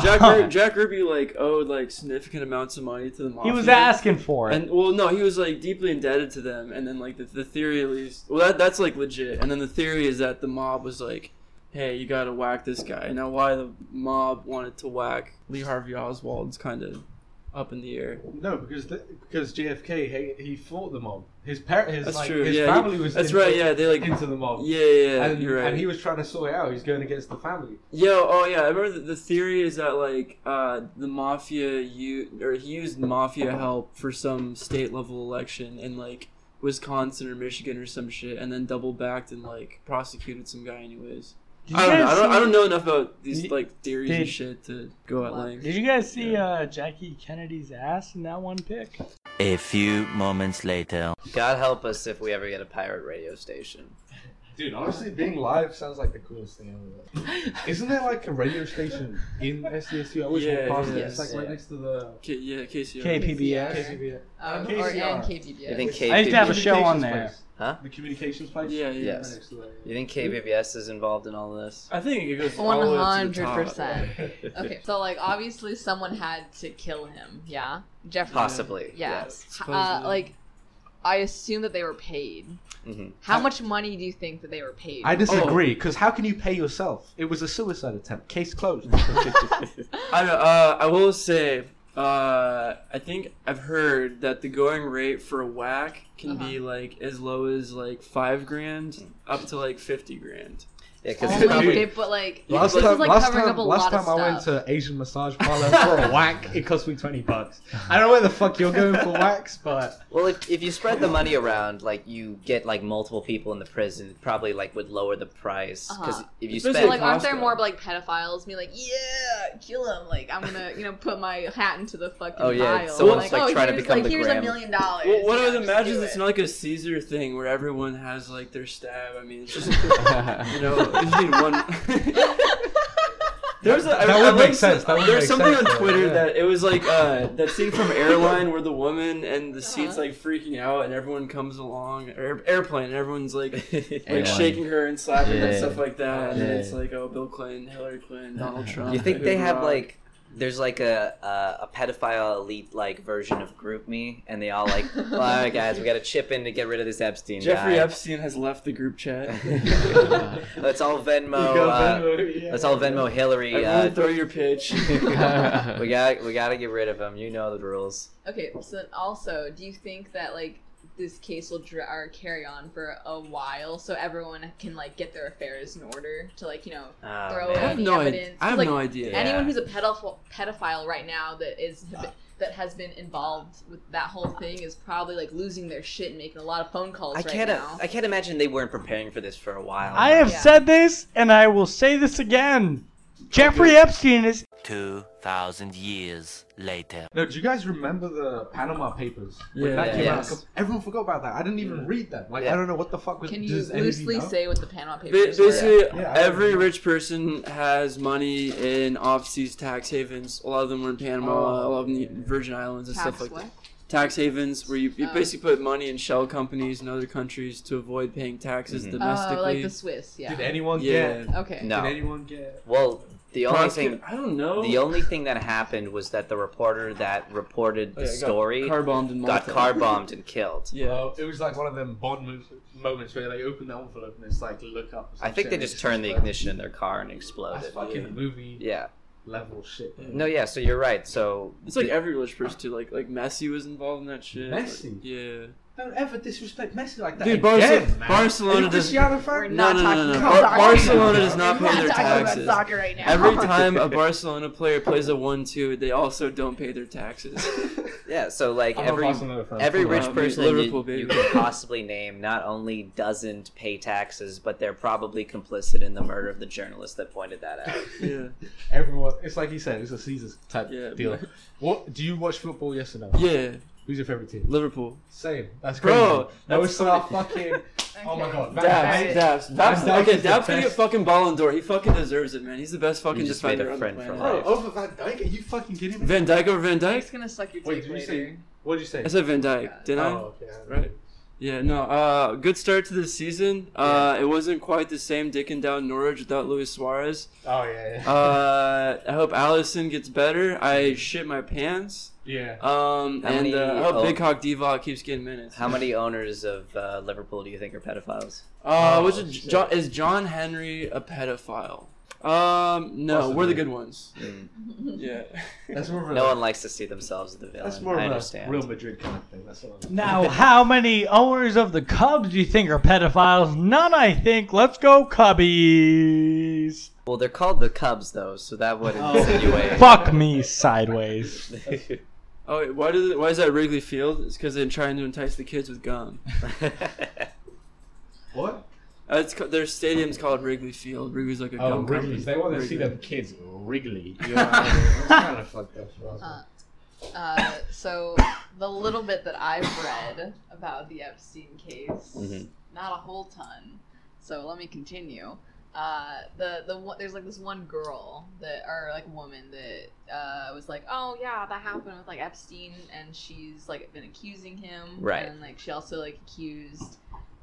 Jack Ru- Jack Ruby like owed like significant amounts of money to the mob. he was asking for it And well, no, he was like deeply indebted to them, and then like the, the theory at least, well, that, that's like legit. And then the theory is that the mob was like, "Hey, you gotta whack this guy." Now, why the mob wanted to whack Lee Harvey Oswald's kind of up in the air. No, because the, because JFK he, he fought the mob. His parent, his That's like, true. his yeah, family he- was that's in- right. Yeah, they like, into the mob. yeah, yeah, yeah, and, you're right. and he was trying to sort it out. He's going against the family. Yo, oh yeah, I remember the, the theory is that like uh, the mafia you or he used mafia help for some state level election in like Wisconsin or Michigan or some shit, and then double backed and like prosecuted some guy anyways. Did I you don't, know, guys I don't I see- don't know enough Did- about these like theories and did- shit to go at length. did you guys see uh, Jackie Kennedy's ass in that one pic A few moments later. God help us if we ever get a pirate radio station. Dude, honestly, being live sounds like the coolest thing [laughs] ever. Isn't there like a radio station in SDSU? I always Yeah, walk past it. yeah, It's like yeah. right next to the K- yeah, Casey. KPBS KCBS. Um, KCR. Or and You think KPBS. K- I used to have a KCBS. show on there Place. Huh? The communications place. Yeah, yeah. Yes. Next to that, yeah. You think Hmm? KBBS is involved in all this? I think it goes all the One way up to hundred the top. percent. [laughs] Okay, so like obviously someone had to kill him. Yeah, Jeffrey. Possibly. Yeah. Uh, supposedly. like, I assume that they were paid. Mm-hmm. Mhm. How much money do you think that they were paid? [laughs] I disagree, Oh. because how can you [laughs] [laughs] pay yourself? It was a suicide attempt. Case closed. I don't know, uh, I will say Uh, I think I've heard that the going rate for a whack can be Uh-huh. like as low as like five grand up to like fifty grand. Yeah, Oh because my Dude. god, but like Last this time, is like last covering time, up a last lot time of I went stuff. to Asian massage parlor for a whack, it cost me twenty bucks. I don't know where the fuck you're going for wax, [laughs] but well, if, if you spread the money around, like you get like multiple people in the prison, it probably like would lower the price because Uh-huh. if you Especially, spend [laughs] So, like, aren't there Costco. more like pedophiles being like, yeah, kill him? Like, I'm gonna, you know, put my hat into the fucking Oh, yeah, pile. someone's, like, oh, trying to here's, become like, the here's Graham. a million dollars. Well, what Yeah, I would just imagine do is it's it. [laughs] not [laughs] like a Caesar thing where everyone has like their stab. I mean, it's [laughs] just you know, you just need [laughs] one. There's a, I- That I would like make sense, that would there's make something sense, on though, Twitter yeah. that it was like uh, that [laughs] scene from Airline where the woman and the seat's Uh-huh. like freaking out and everyone comes along air, airplane and everyone's like like Airline. shaking her and slapping her and Yeah. stuff like that and then Yeah. it's like oh Bill Clinton, Hillary Clinton, Donald Trump. You think they Big have Rock. like there's like a a, a pedophile elite like version of GroupMe, and they all [laughs] like, well, all right, guys, we got to chip in to get rid of this Epstein Jeffrey guy. Epstein has left the [laughs] group chat. [laughs] let's all Venmo. You go uh, Venmo, yeah. Let's all Venmo Hillary. Everyone Uh, throw [laughs] your pitch. we got we got to get rid of him. You know the rules. Okay, so then also, do you think that like this case will dra- or carry on for a while so everyone can like get their affairs in order to like you know Oh, Throw I man. it. have no idea. Evidence. I have Like, no idea. Yeah. anyone who's a pedophile pedophile right now that is Uh. that has been involved with that whole thing is probably like losing their shit and making a lot of phone calls I right uh, can't now. I can't imagine they weren't preparing for this for a while. I have Yeah. said this, and I will say this again. Jeffrey Epstein [laughs] is 2,000 years later. no. Do you guys remember the Panama Papers? Yeah. that came Yes. out, everyone forgot about that. I didn't even read that. Like Yeah. I don't know what the fuck was. Can you does anybody loosely know? say what the Panama Ba- Papers were? Basically, Yeah, I every agree. rich person has money in overseas tax havens. A lot of them were in Panama, Oh. a lot of them in the Virgin Islands and Tax stuff like what? Uh, that. Tax havens, where you, you Oh. basically put money in shell companies in other countries to avoid paying taxes Mhm. domestically. Oh, like the Swiss, yeah. Did anyone yeah. get? okay. No. Did anyone get? Well, the only thing I don't know. the only thing that happened was that the reporter that reported the Oh, yeah, got story car bombed in got Malta. car bombed and killed. [laughs] Yeah. Oh, it was like one of them Bond mo- moments where they open the envelope and it's like look up. or some I think shit they and just it's turned the like- ignition in their car and That's exploded. fucking movie Yeah. level shit. man. No, yeah, so you're right. So it's like every rich person too. Like like Messi was involved in that shit. like- Messi? yeah. Don't ever disrespect Messi like that. Dude, Barce- again, man. Barcelona Are you a does- Cristiano We're [laughs] fan? not no, no, talking no, no. about Bar- soccer. Barcelona does not We're pay their talking taxes. About soccer right now. [laughs] Every time [laughs] a Barcelona player plays a one-two, they also don't pay their taxes. yeah, so like I'm a every Barcelona fan. every Come rich on, person Liverpool, you, you baby. could possibly name not only doesn't pay taxes, but they're probably complicit in the murder of the journalist that pointed that out. [laughs] Yeah. everyone. It's like you said. It's a Caesar's type Yeah. deal. What do you watch football? Yes or no? Yeah. Who's your favorite team? Liverpool. Same. That's crazy. Bro, that that's was so fucking. [laughs] Oh my god. Van Dijk. Dabs, Dabs, Dabs- Dabs okay, is the Dabs gonna get best. fucking Ballon d'Or. He fucking deserves it, man. He's the best fucking You just defender made a on friend the for planet. Oh, over Van Dyke? Are you fucking kidding me? Van Dyke over Van Dyke? It's gonna suck your Wait, teeth did you later. say? What did you say? I said Van Dyke, didn't I? Oh, okay. Right. Yeah, no. Uh, good start to the season. Uh, It wasn't quite the same dicking down Norwich without Luis Suarez. Oh yeah. Yeah. Uh, I hope Allison gets better. I shit my pants. yeah. Um, How and many- uh, I hope oh. Big Hawk Divock keeps getting minutes. How many owners of uh, Liverpool do you think are pedophiles? Uh, Oh, was it shit. John, is John Henry a pedophile? Um, no, we're the Possibly. good ones. Yeah. [laughs] That's more of a, No one likes to see themselves as the villain. Uh, that's more I of a understand. Real Madrid kind of thing. That's what I'm. now. How many owners of the Cubs do you think are pedophiles? None, I think. Let's go, Cubbies. Well, they're called the Cubs though, so that would Oh. [laughs] insinuate. Fuck me sideways. Oh, wait, why does it, why is that Wrigley Field? It's because they're trying to entice the kids with gum. What? Uh, it's ca- their stadium's called Wrigley Field. Wrigley's like a Oh, gum company. Wrigley's. They want to see Wrigley. them kids Wrigley. [laughs] You know, that's kind of fucked up. for us. Uh, Uh, so the little bit that I've read about the Epstein case, Mhm. not a whole ton. So let me continue. Uh, the the one, there's like this one girl that or like woman that uh, was like, oh yeah, that happened with like Epstein, and she's like been accusing him, Right. And like she also like accused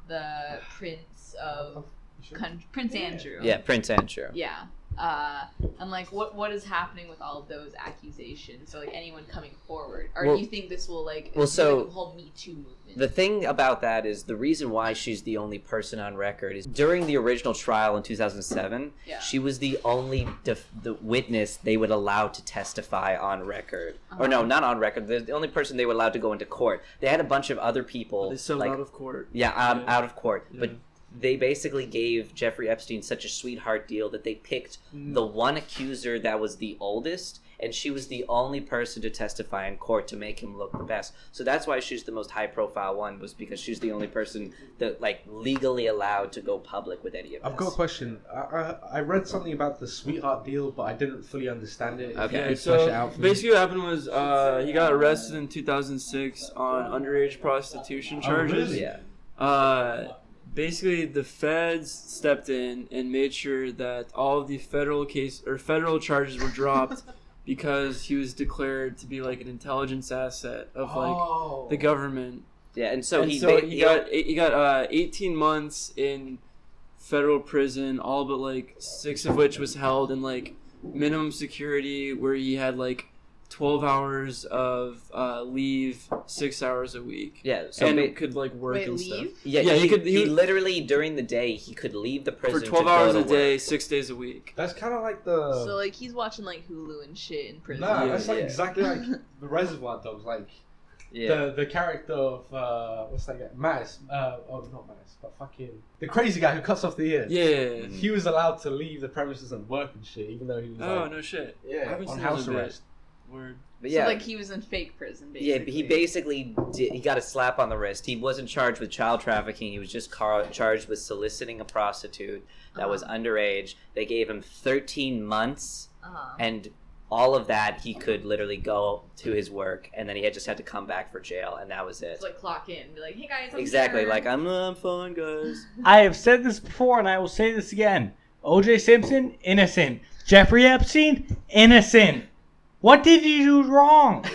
the prince of You sure? con- Prince Andrew, [laughs] yeah, Prince Andrew. yeah, Uh, and like, what what is happening with all of those accusations? So like, anyone coming forward, or Well- do you think this will like, Well, it's like so- a whole Me Too movement? The thing about that is the reason why she's the only person on record is during the original trial in 2007, Yeah. she was the only def- the witness they would allow to testify on record. Or no, Uh-huh. not on record. The the only person they were allowed to go into court. They had a bunch of other people. They settled like, out of court. yeah, out, Yeah. out of court. But Yeah. they basically gave Jeffrey Epstein such a sweetheart deal that they picked Mm. the one accuser that was the oldest, and she was the only person to testify in court to make him look the best. So that's why she's the most high profile one, was because she's the only person that like legally allowed to go public with any of this. I've got a question. I, I, I read something about the sweetheart deal, but I didn't fully understand it. Okay. If Yeah, you could flesh it so out for me. basically what happened was uh, he got arrested in 2006 on underage prostitution charges. Oh, really? Yeah. Uh, basically, the feds stepped in and made sure that all of the federal case or federal charges were [laughs] dropped because he was declared to be like an intelligence asset of like oh. the government. Yeah, and so And he, so ba- he got he got uh, 18 months in federal prison, all but like six of which was held in like minimum security, where he had like 12 hours of uh, leave, six hours a week, Yeah, so and ba- could like work Wait, and leave? stuff. yeah, yeah, he, he could- he he would- literally during the day he could leave the prison for 12 to go hours to a work. day, six days a week. That's kind of like the. So like, he's watching like Hulu and shit in prison. Uh, Nah, Yeah, that's like yeah. exactly like the Reservoir Dogs, like Yeah. the the character of uh, what's that guy? Mass. Uh, oh, not Mass, but fucking the crazy guy who cuts off the ear. Yeah. yeah, yeah. He was allowed to leave the premises and work and shit, even though he was Oh like, no shit. I yeah, haven't on seen house those in a bit. arrest. Word. But yeah. So like, he was in fake prison Yeah, basically. but he basically did, he got a slap on the wrist. He wasn't charged with child trafficking. He was just car- charged with soliciting a prostitute that was underage. They gave him 13 months, Uh-huh. and all of that he could literally go to his work, and then he had just had to come back for jail, and that was it. Just, like clock in, be like, hey guys, I'm exactly, here." like I'm I'm fine, guys. I have said this before and I will say this again. OJ Simpson, innocent. Jeffrey Epstein, innocent. What did he do wrong?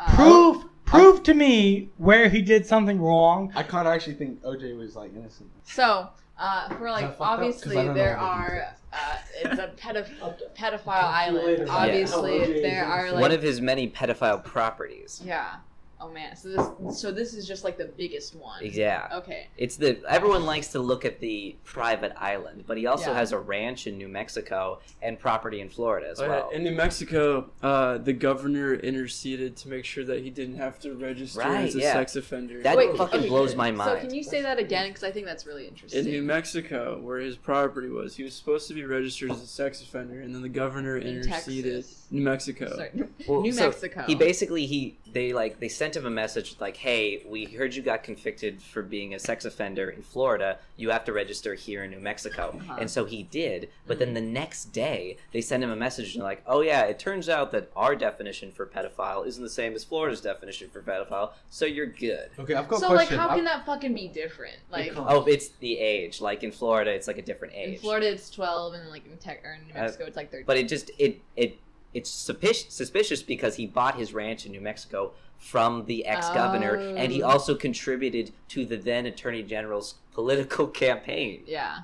Uh, Prove prove to me where he did something wrong. I can't actually think OJ was like innocent. So, uh, for Is like that fucked up? 'Cause obviously I don't know there all the are details. uh, it's a pedoph- pedophile Talk to you island. later. Yeah. Obviously Yeah. there are like One of his many pedophile properties. yeah. Oh man, so this so this is just like the biggest one. Yeah. Okay. It's the everyone likes to look at the private island, but he also Yeah. has a ranch in New Mexico and property in Florida as Uh, well. in New Mexico, uh, the governor interceded to make sure that he didn't have to register Right, as a yeah. sex offender. That Wait, fucking okay, blows my So mind. can you say that again? Because I think that's really in interesting. New Mexico, where his property was, he was supposed to be registered as a sex offender, and then the governor interceded. Texas. New Mexico. Sorry. Well, New so Mexico. He basically he they like they sent him a message like, "Hey, we heard you got convicted for being a sex offender in Florida. You have to register here in New Mexico." Uh-huh. Mm-hmm. And so he did. But then the next day, they sent him a message and like, "Oh yeah, it turns out that our definition for pedophile isn't the same as Florida's definition for pedophile, so you're good." Okay, I've got so a like, question. how I've- can that fucking be different? Like can't. Oh, it's the age. Like in Florida, it's like a different age. in Florida it's twelve, and like in, Tech or in New Uh, Mexico it's like thirteen. but it just it it it's suspicious, suspicious because he bought his ranch in New Mexico from the ex-governor Oh. and he also contributed to the then attorney general's political [laughs] campaign. yeah.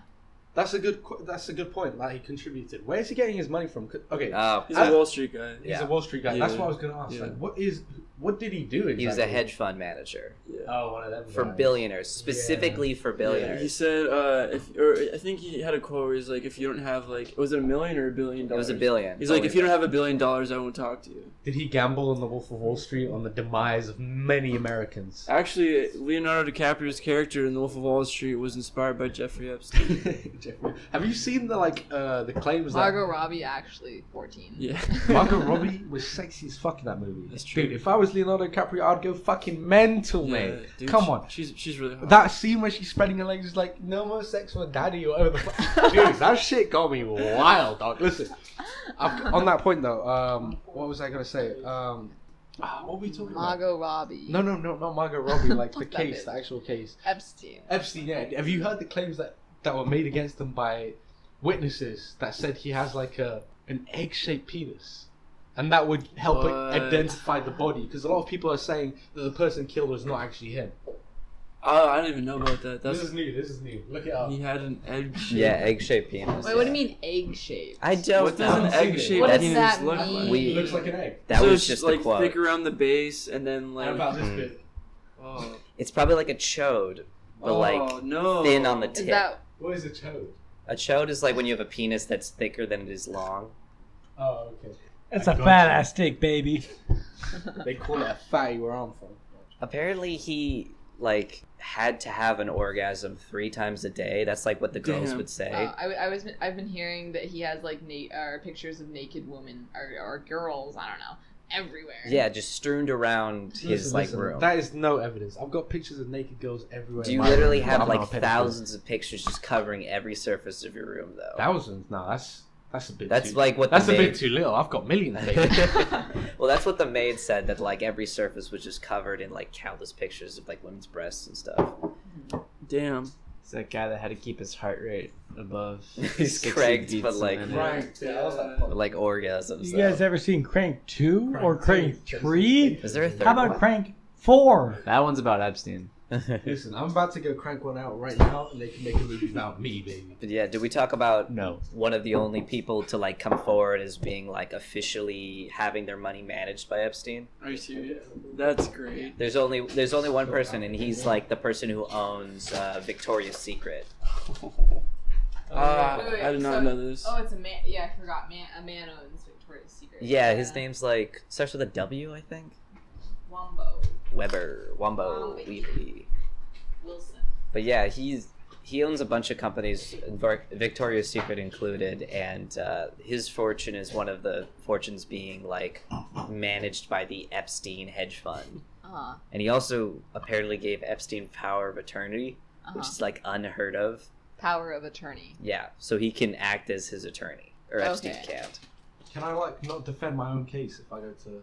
That's a good. qu- That's a good point. Like he contributed. Where is he getting his money from? 'Cause- Okay, Uh, He's I- a Wall Street guy. he's yeah. a Wall Street guy. That's Yeah. what I was going to ask. Yeah. Like, what is? What did he do exactly? he was a hedge fund manager Yeah. Oh, one of them for guys. billionaires, specifically for Yeah, he billionaires. said, uh, if, or I think he had a quote where he's like, if you don't have, like, was it a million or a billion It dollars? was a billion. He's like, if you don't have a billion dollars, I won't talk to you. Did he gamble on the Wolf of Wall Street on the demise of [laughs] many Americans? [laughs] Actually, Leonardo DiCaprio's character in The Wolf of Wall Street was inspired by Jeffrey Epstein. [laughs] Jeffrey- Have you seen the like uh, the claims Margot Robbie actually fourteen. [laughs] Yeah. that Margot Robbie was sexy as fuck in that movie? That's true. Dude, if I was Leonardo DiCaprio, I'd go fucking mental, Yeah, mate. dude, Come she- on. She's she's really hot. That scene where she's spreading her legs is like, no more sex with daddy or whatever the fuck. Dude, that shit got me wild, dog. Listen, I've, on that point though, um, what was I gonna say? Um, ah, what were we talking about? Margot Robbie. No, no, no, not Margot Robbie. Like the Fuck that case, bitch. the actual case. Epstein. Epstein. Yeah. Have you heard the claims that that were made against him by witnesses that said he has like a an egg-shaped penis? And that would help What? identify the body because a lot of people are saying that the person killed was not actually him. Oh, I didn't even know about that. This That's is new. This is new. Look it up. he had an egg shape. [laughs] Yeah, egg shaped penis. Wait, what do you mean egg shape? I don't. What does know. an I've seen egg it. shape What does penis that look mean? like? It We looks like an egg. that so was it's just like a quote. thick around the base and then like How about this Mm. bit? oh, It's probably like a chode, but oh, like no. thin on the Is tip. that What is a toad? A chode is like when you have a penis that's thicker than it is long. Oh, okay. It's I a got fat you. ass dick, baby. They call it a fatty where I'm from. Apparently, he like had to have an orgasm three times a day. That's like what the girls Damn. would say. Uh, I, I was I've been hearing that he has like na- or pictures of naked women or, or girls I don't know everywhere. [laughs] yeah, just strewn around his like room. That is no evidence. I've got pictures of naked girls everywhere. Do you in my literally room. have I'm not like a pedophile. thousands of pictures just covering every surface of your room though? Thousands? No, that's that's a bit. that's too, like what that's the a maid... bit too little. I've [laughs] got millions. baby. well, that's what the maid said that like every surface was just covered in like countless pictures of like women's breasts and stuff. Damn. It's that guy that had to keep his heart rate above. [laughs] He's 60 cranked, beats but, a like- minute. right. Yeah, I was like, With, like orgasms. You guys though. ever seen Crank 2 or Crank Crank two. 3? Is there a third How about Crank 4? That one's about Epstein. one? Listen, I'm about to go crank one out right now, and they can make a movie about me, [laughs] baby. [laughs] but yeah, did we talk about No. one of the only people to like come forward as being like officially having their money managed by Epstein? Are you serious? That's [laughs] great. There's only there's only one person, and he's like the person who owns uh, Victoria's Secret. Uh, Ah, Wait, wait, I did not so- know this. Oh, it's a man. Yeah, I forgot. Man, a man owns Victoria's Secret. Yeah, his name's like starts with a W, I think. Wombo Weber, Wombo, Wombe. Weebly. Wilson. But yeah, he's he owns a bunch of companies, Var- Victoria's Secret included, and uh, his fortune is one of the fortunes being like managed by the Epstein hedge fund. Uh-huh. And he also apparently gave Epstein power of attorney, uh-huh. which is like unheard of. Power of attorney. Yeah, so he can act as his attorney, or Epstein Okay. can't. Can I like not defend my own case if I go to?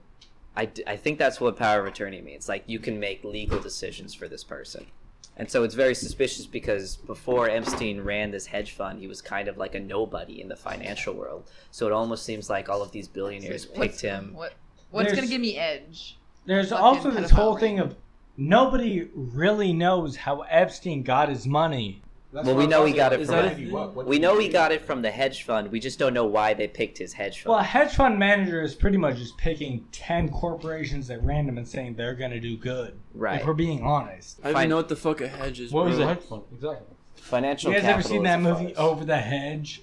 I, d- I think that's what power of attorney means. Like, you can make legal decisions for this person. And so it's very suspicious because before Epstein ran this hedge fund, he was kind of like a nobody in the financial world. So it almost seems like all of these billionaires What's- picked him. What? What's There's- gonna give me edge? There's Fucking also this whole pedophile thing ring. of nobody really knows how Epstein got his money. That's Well, what we I'm know he asking, got like, it is from that a- if you work, what We do know you he do? got it from the hedge fund. We just don't know why they picked his hedge Well, a fund. hedge fund manager is pretty much just picking 10 corporations at random and saying they're going to do good. right. If we're being honest. I don't fine. even know what the fuck a hedge is. What was bro. it? Exactly. Financial. You guys ever capital seen is that a movie Oh. farce. Over the Hedge?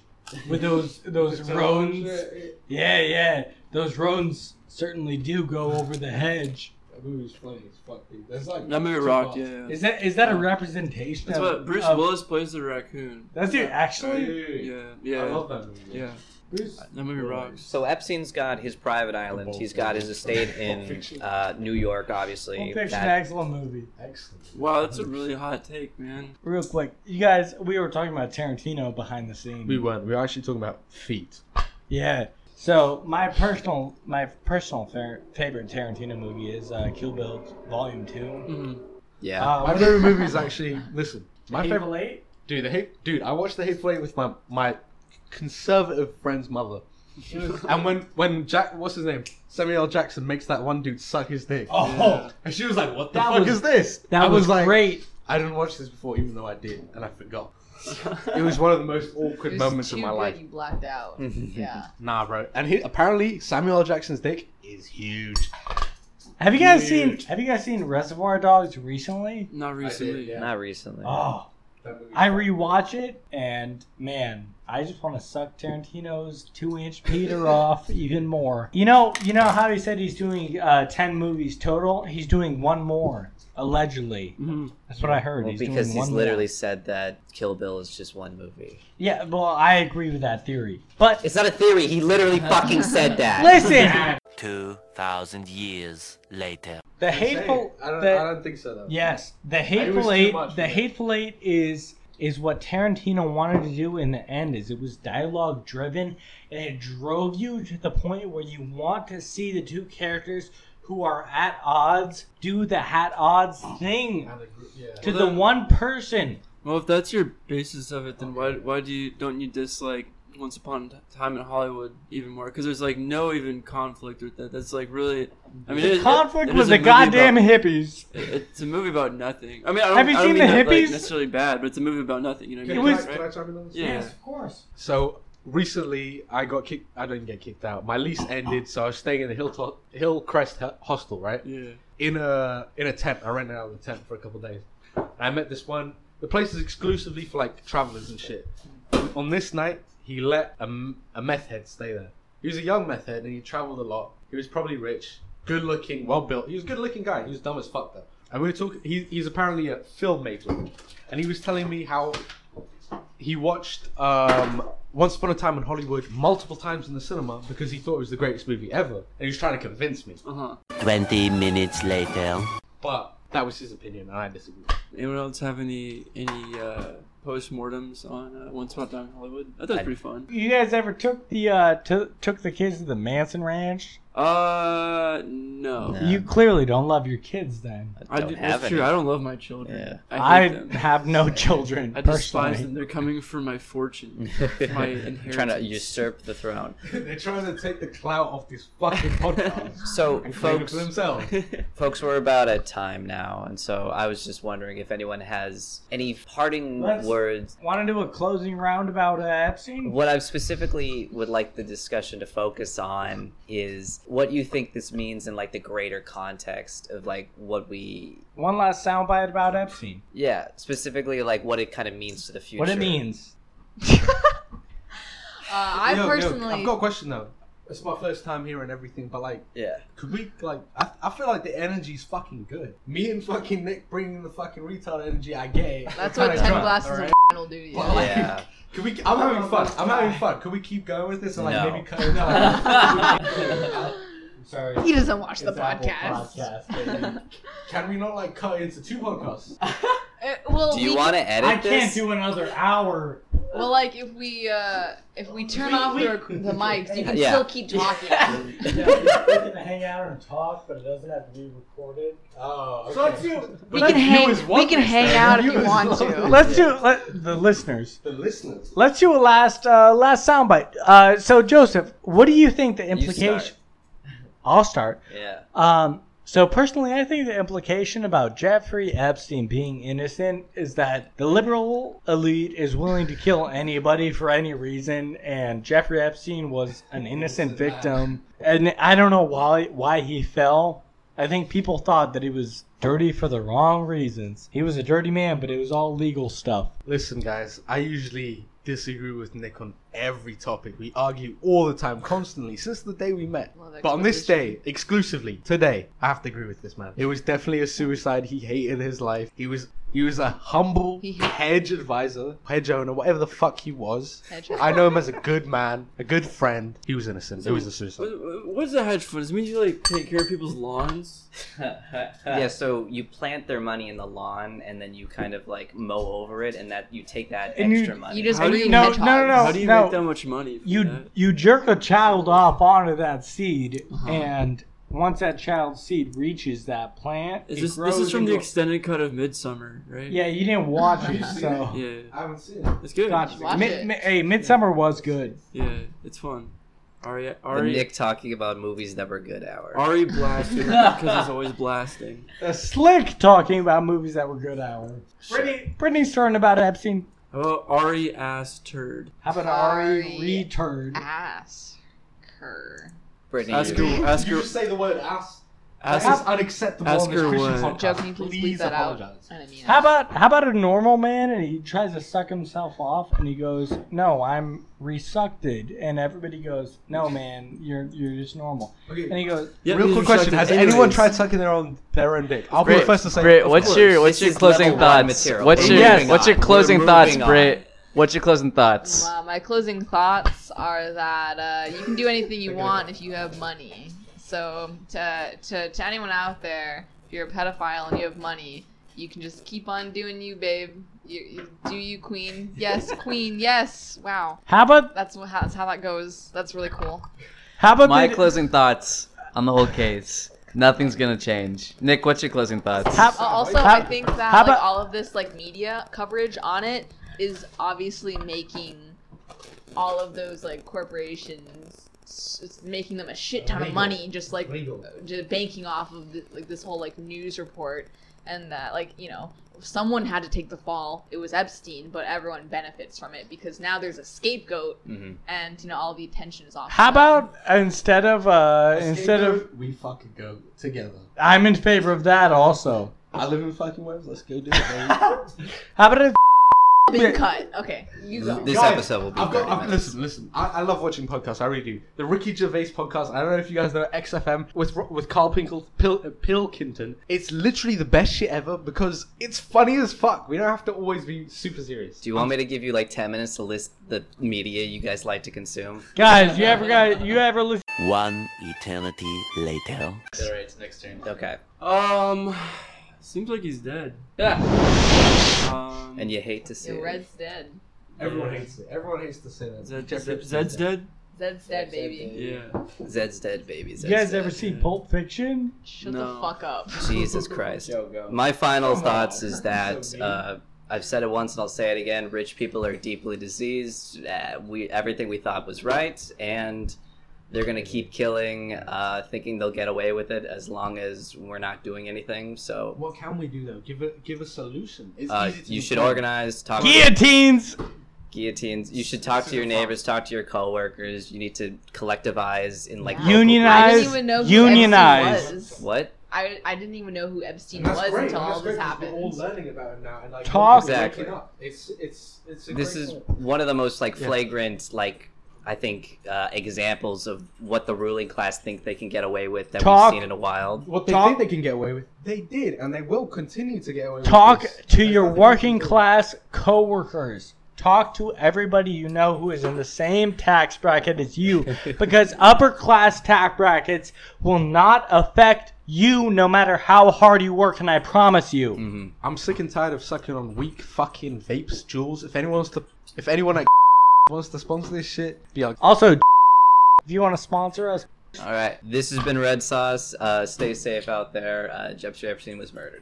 With those those rodents? That Yeah, yeah. Those rodents certainly do go over the hedge. movie's funny as fuck. Dude. There's like That movie two rocked. parts. Yeah. yeah. Is that is that a representation That's of what Bruce of- Willis plays the raccoon. That's it, actually. Yeah. Yeah, yeah, I love that movie. yeah. Bruce. That movie rocks. So Epstein's got his private island. He's got his estate in uh, New York, Pulp obviously. Fiction, eh? That- excellent movie. Excellent. Wow, that's a really hot take, man. Real quick, you guys, we were talking about Tarantino behind the scenes. We weren't. We were actually talking about feet. Yeah. So my personal my personal fa- favorite Tarantino movie is uh, Kill Bill Volume Two. Mm-hmm. [laughs] Mhm. yeah. Uh, My favorite movie [laughs] is actually listen. My my favorite favorite eight. dude. The hate dude. I watched the hateful eight with my my conservative friend's mother. and when when Jack, what's his name, Samuel L. Jackson makes that one dude suck his dick, Oh, [laughs] Yeah. and she was like, "What the That fuck was- is this?" that I was, was like, great. I didn't watch this before, even though I did, and I forgot. It [laughs] was one of the most awkward It was moments of too my good, life. You [laughs] blacked out. [laughs] yeah. Nah, bro. And he, apparently, Samuel L. Jackson's dick is huge. Have you guys seen Huge. Have you guys seen Reservoir Dogs recently? Not recently. [laughs] yeah. Not recently. Oh, I rewatch it and man, I just want to suck Tarantino's two-inch [laughs] Peter off even more. You know, you know how he said he's doing uh, ten movies total. He's doing one more allegedly. Mhm. That's what I heard. Well, he's doing because he's one more. literally said that Kill Bill is just one movie. Yeah, well, I agree with that theory. But It's not a theory. He [laughs] literally fucking said that. listen, 2,000 years later. the hateful, I don't, the- I don't think so, though. yes, the was hateful too eight, much for the that. hateful eight is is what Tarantino wanted to do in the end. Is it was dialogue driven, and it drove you to the point where you want to see the two characters who are at odds do the at odds thing And the gr- yeah. to Well, the then- one person. Well, if that's your basis of it, then why why do you don't you dislike Once Upon a T- Time in Hollywood even more because there's like no even conflict with that. That's like really, I mean, it- The it- conflict it with is a the movie goddamn about- hippies. it- It's a movie about nothing. I mean, I don't, Have you I don't seen mean The that, like, Hippies? necessarily bad, but it's a movie about nothing. You know what I It mean? was- Right? Can I chime in on this? Yeah. of course. So recently, I got kicked. I didn't get kicked out. My lease ended, so I was staying in the Hilltop, Hillcrest Ho- Hostel, right? Yeah. In a in a tent. I rented out the tent for a couple of days. I met this one. The place is exclusively for like travelers and shit. On this night, he let a, m- a meth head stay there. He was a young meth head, and he traveled a lot. He was probably rich, good looking, well built. He was a good looking guy. He was dumb as fuck though. And we were talking. He, he's apparently a filmmaker, and he was telling me how he watched um, Once Upon a Time in Hollywood multiple times in the cinema because he thought it was the greatest movie ever, and he was trying to convince me. Uh huh. 20 minutes later. But that was his opinion, and I disagree. Anyone else have any any uh, postmortems on uh, Once Upon a Time in Hollywood? I thought it was I- pretty fun. You guys ever took the uh to took the kids to the Manson Ranch? Uh, no. No. You clearly don't love your kids then. I I don't do, have that's any. true. I don't love my children. Yeah. I hate I, [laughs] them. have no children [laughs] I personally. despise them. They're coming for my [laughs] fortune, my inheritance. [laughs] trying to usurp the [laughs] throne. [laughs] They're trying to take the clout off this [laughs] fucking podcast So, and claim it folks, for themselves. [laughs] folks, we're about at time now, and so I was just wondering if anyone has any parting Let's- words. Want to do a closing round about uh, Epstein? What I specifically would like the discussion to focus on is what you think this means in like the greater context of like what we, One last soundbite about Epstein. yeah, specifically like what it kind of means to the future. What it means. Uh, I Yo, yo, personally. I've got a question though. It's my first time here and everything, but like, Yeah. could we like? I, I feel like the energy's fucking good. Me and fucking Nick bringing the fucking retard energy. I get it. that's We're what kinda ten drunk, glasses alright? of will do to you. Well, like- [laughs] Yeah. Can we? I'm having fun. I'm having fun. Can we keep going with this and like No. maybe [laughs] cut [laughs] [laughs] it out? I'm [laughs] sorry. he doesn't watch the It's Apple podcast. [laughs] Podcast, Can we not like cut into two podcasts? Uh, well, Do you we- want to edit I can't this? do another hour. Well, like if we uh, if we turn off the, rec- the mics, you can Yeah. still keep talking. yeah, [laughs] we can hang out and talk, but it doesn't have to be recorded. Oh, so it's you. We can hang. We can hang out if you want to. Let's do let, the listeners. The listeners. Let's do a last uh, last soundbite. Uh, so Joseph, what do you think the implication? start. I'll start. [laughs] Yeah. Um, so personally, I think the implication about Jeffrey Epstein being innocent is that the liberal elite is willing to kill anybody for any reason, and Jeffrey Epstein was an innocent victim. And I don't know why why he fell. I think people thought that he was dirty for the wrong reasons. He was a dirty man, but it was all legal stuff. Listen, guys. I usually disagree with Nick on every topic. We argue all the time, constantly, since the day we met. Love But on this exposition. day, exclusively today, I have to agree with this man. It was definitely a suicide. He hated his life. He was he was a humble He- hedge advisor, hedge owner, whatever the fuck he was. Hedge- I know him as a good man, a good friend. He was innocent. It was a suicide. What, what is a hedge fund? Does it mean you like take care of people's lawns? yeah, so you plant their money in the lawn and then you kind of like mow over it and that you take that And you- extra money. You just How do breed you- No, hedgehogs. no, no, How do you no. make that much money? From You that? you jerk a child off onto that seed, Uh-huh. and once that child's seed reaches that plant, Is it this this grows is from the into a- extended cut of Midsummer, right? Yeah, you didn't watch it, [laughs] so. Yeah. I haven't seen it. It's good. Gotcha. Watch Mid, it. mi- hey, Midsummer was good. Yeah, it's fun. Ari The Ari Nick talking about movies never good hour. [laughs] Ari blasting because he's always blasting. The slick talking about movies that were good hour. Brittany, Brittany's turn about Epstein. Oh, Ari ass turd. How about Ari Sorry. Return? Ass. Cur. Brittany, Ask her. you- Ask You [laughs] her. just say the word ass. Ask That's her- unacceptable ask on this her Christian what- podcast. Joe, can you please, bleep that apologize. out? I didn't mean it. How about how about a normal man and he tries to suck himself off and he goes, "No, I'm resucted," and everybody goes, "No, man, you're you're just normal." Okay. And he goes, Yeah, Real he's quick question: retracted Has anyways. anyone tried sucking their own their own dick? I'll be the Brit, first to say. Brit, of what's course. your what's This your is closing level one thoughts? material. What's We're your moving what's your on. closing We're thoughts, moving on. Brit? What's your closing thoughts? Uh, my closing thoughts are that uh, you can do anything you want if you have money. So to, to to anyone out there, if you're a pedophile and you have money, you can just keep on doing you, babe. You, you do you, queen. Yes, queen. Yes. Wow. "How about That's what that's how that goes. That's really cool. how about My the, closing thoughts on the whole case. Nothing's gonna change. Nick, what's your closing thoughts? how, Uh, also, how- I think that how like about- all of this like media coverage on it is obviously making all of those like corporations s- it's making them a shit ton of Illegal. money just like Legal. just banking off of the, like this whole like news report and that like you know someone had to take the fall it was epstein but everyone benefits from it because now there's a scapegoat Mhm. and you know all the attention is off How of them. about instead of uh, instead of Scapegoat, we fucking go together. I'm in favor of that also. I live in fucking Wales. Let's go do it, baby. [laughs] How about if been cut okay you go This Guys, episode will be I've very got, I've, listen, listen. I, I love watching podcasts. I really do. The Ricky Gervais podcast. I don't know if you guys know XFM with Ro- with Carl Pinkle, Pil, uh, Pilkington. It's literally the best shit ever because it's funny as fuck. We don't have to always be super serious. Do you want me to give you like 10 minutes to list the media you guys like to consume? guys, you ever guys, you ever listen? One eternity later. Alright, next turn. Okay. Um, seems like he's dead. Yeah. Um, And you hate to see Yo, it. red's dead Everyone hates it. Everyone hates to say that. Zed, Jeffrey Zed- Zed's dead. zed's dead baby Yeah. Zed's dead, baby. Zed's You guys dead. ever see Pulp Fiction? shut the No. fuck up [laughs] Jesus Christ. Yo, go. My final Come on. thoughts is that [laughs] So mean. uh, I've said it once and I'll say it again. Rich people are deeply diseased. Uh, we everything we thought was right, and they're gonna keep killing, uh, thinking they'll get away with it as long as we're not doing anything. So What can we do No, give a give a solution. It's uh, easy to you should do. organize. Talk Guillotines. guillotines. You should talk to your neighbors. Talk to your coworkers. You need to collectivize in like Wow. local Unionize. [laughs] I groups. didn't even know who Unionize. Epstein was. What? I, I didn't even know who And Epstein that's was great. until and all that's this great because We're all happened. learning about him now, and like Talk. people are waking Exactly. up. It's it's it's. A this great is thought. one of the most like Yeah. flagrant like i think uh, examples of what the ruling class think they can get away with that Talk. we've seen in a while What they Talk- think they can get away with, they did, and they will continue to get away with. Talk this. to There's your nothing working we can do. class coworkers. Talk to everybody you know who is in the same tax bracket as you because upper class tax brackets will not affect you no matter how hard you work and I promise you. hmm I'm sick and tired of sucking on weak fucking vapes, jewels. If anyone wants to, if anyone at [laughs] wants to sponsor this shit, be like, Also, [laughs] if you want to sponsor us, all right this has been red sauce uh, stay safe out there uh, jeff jefferson was murdered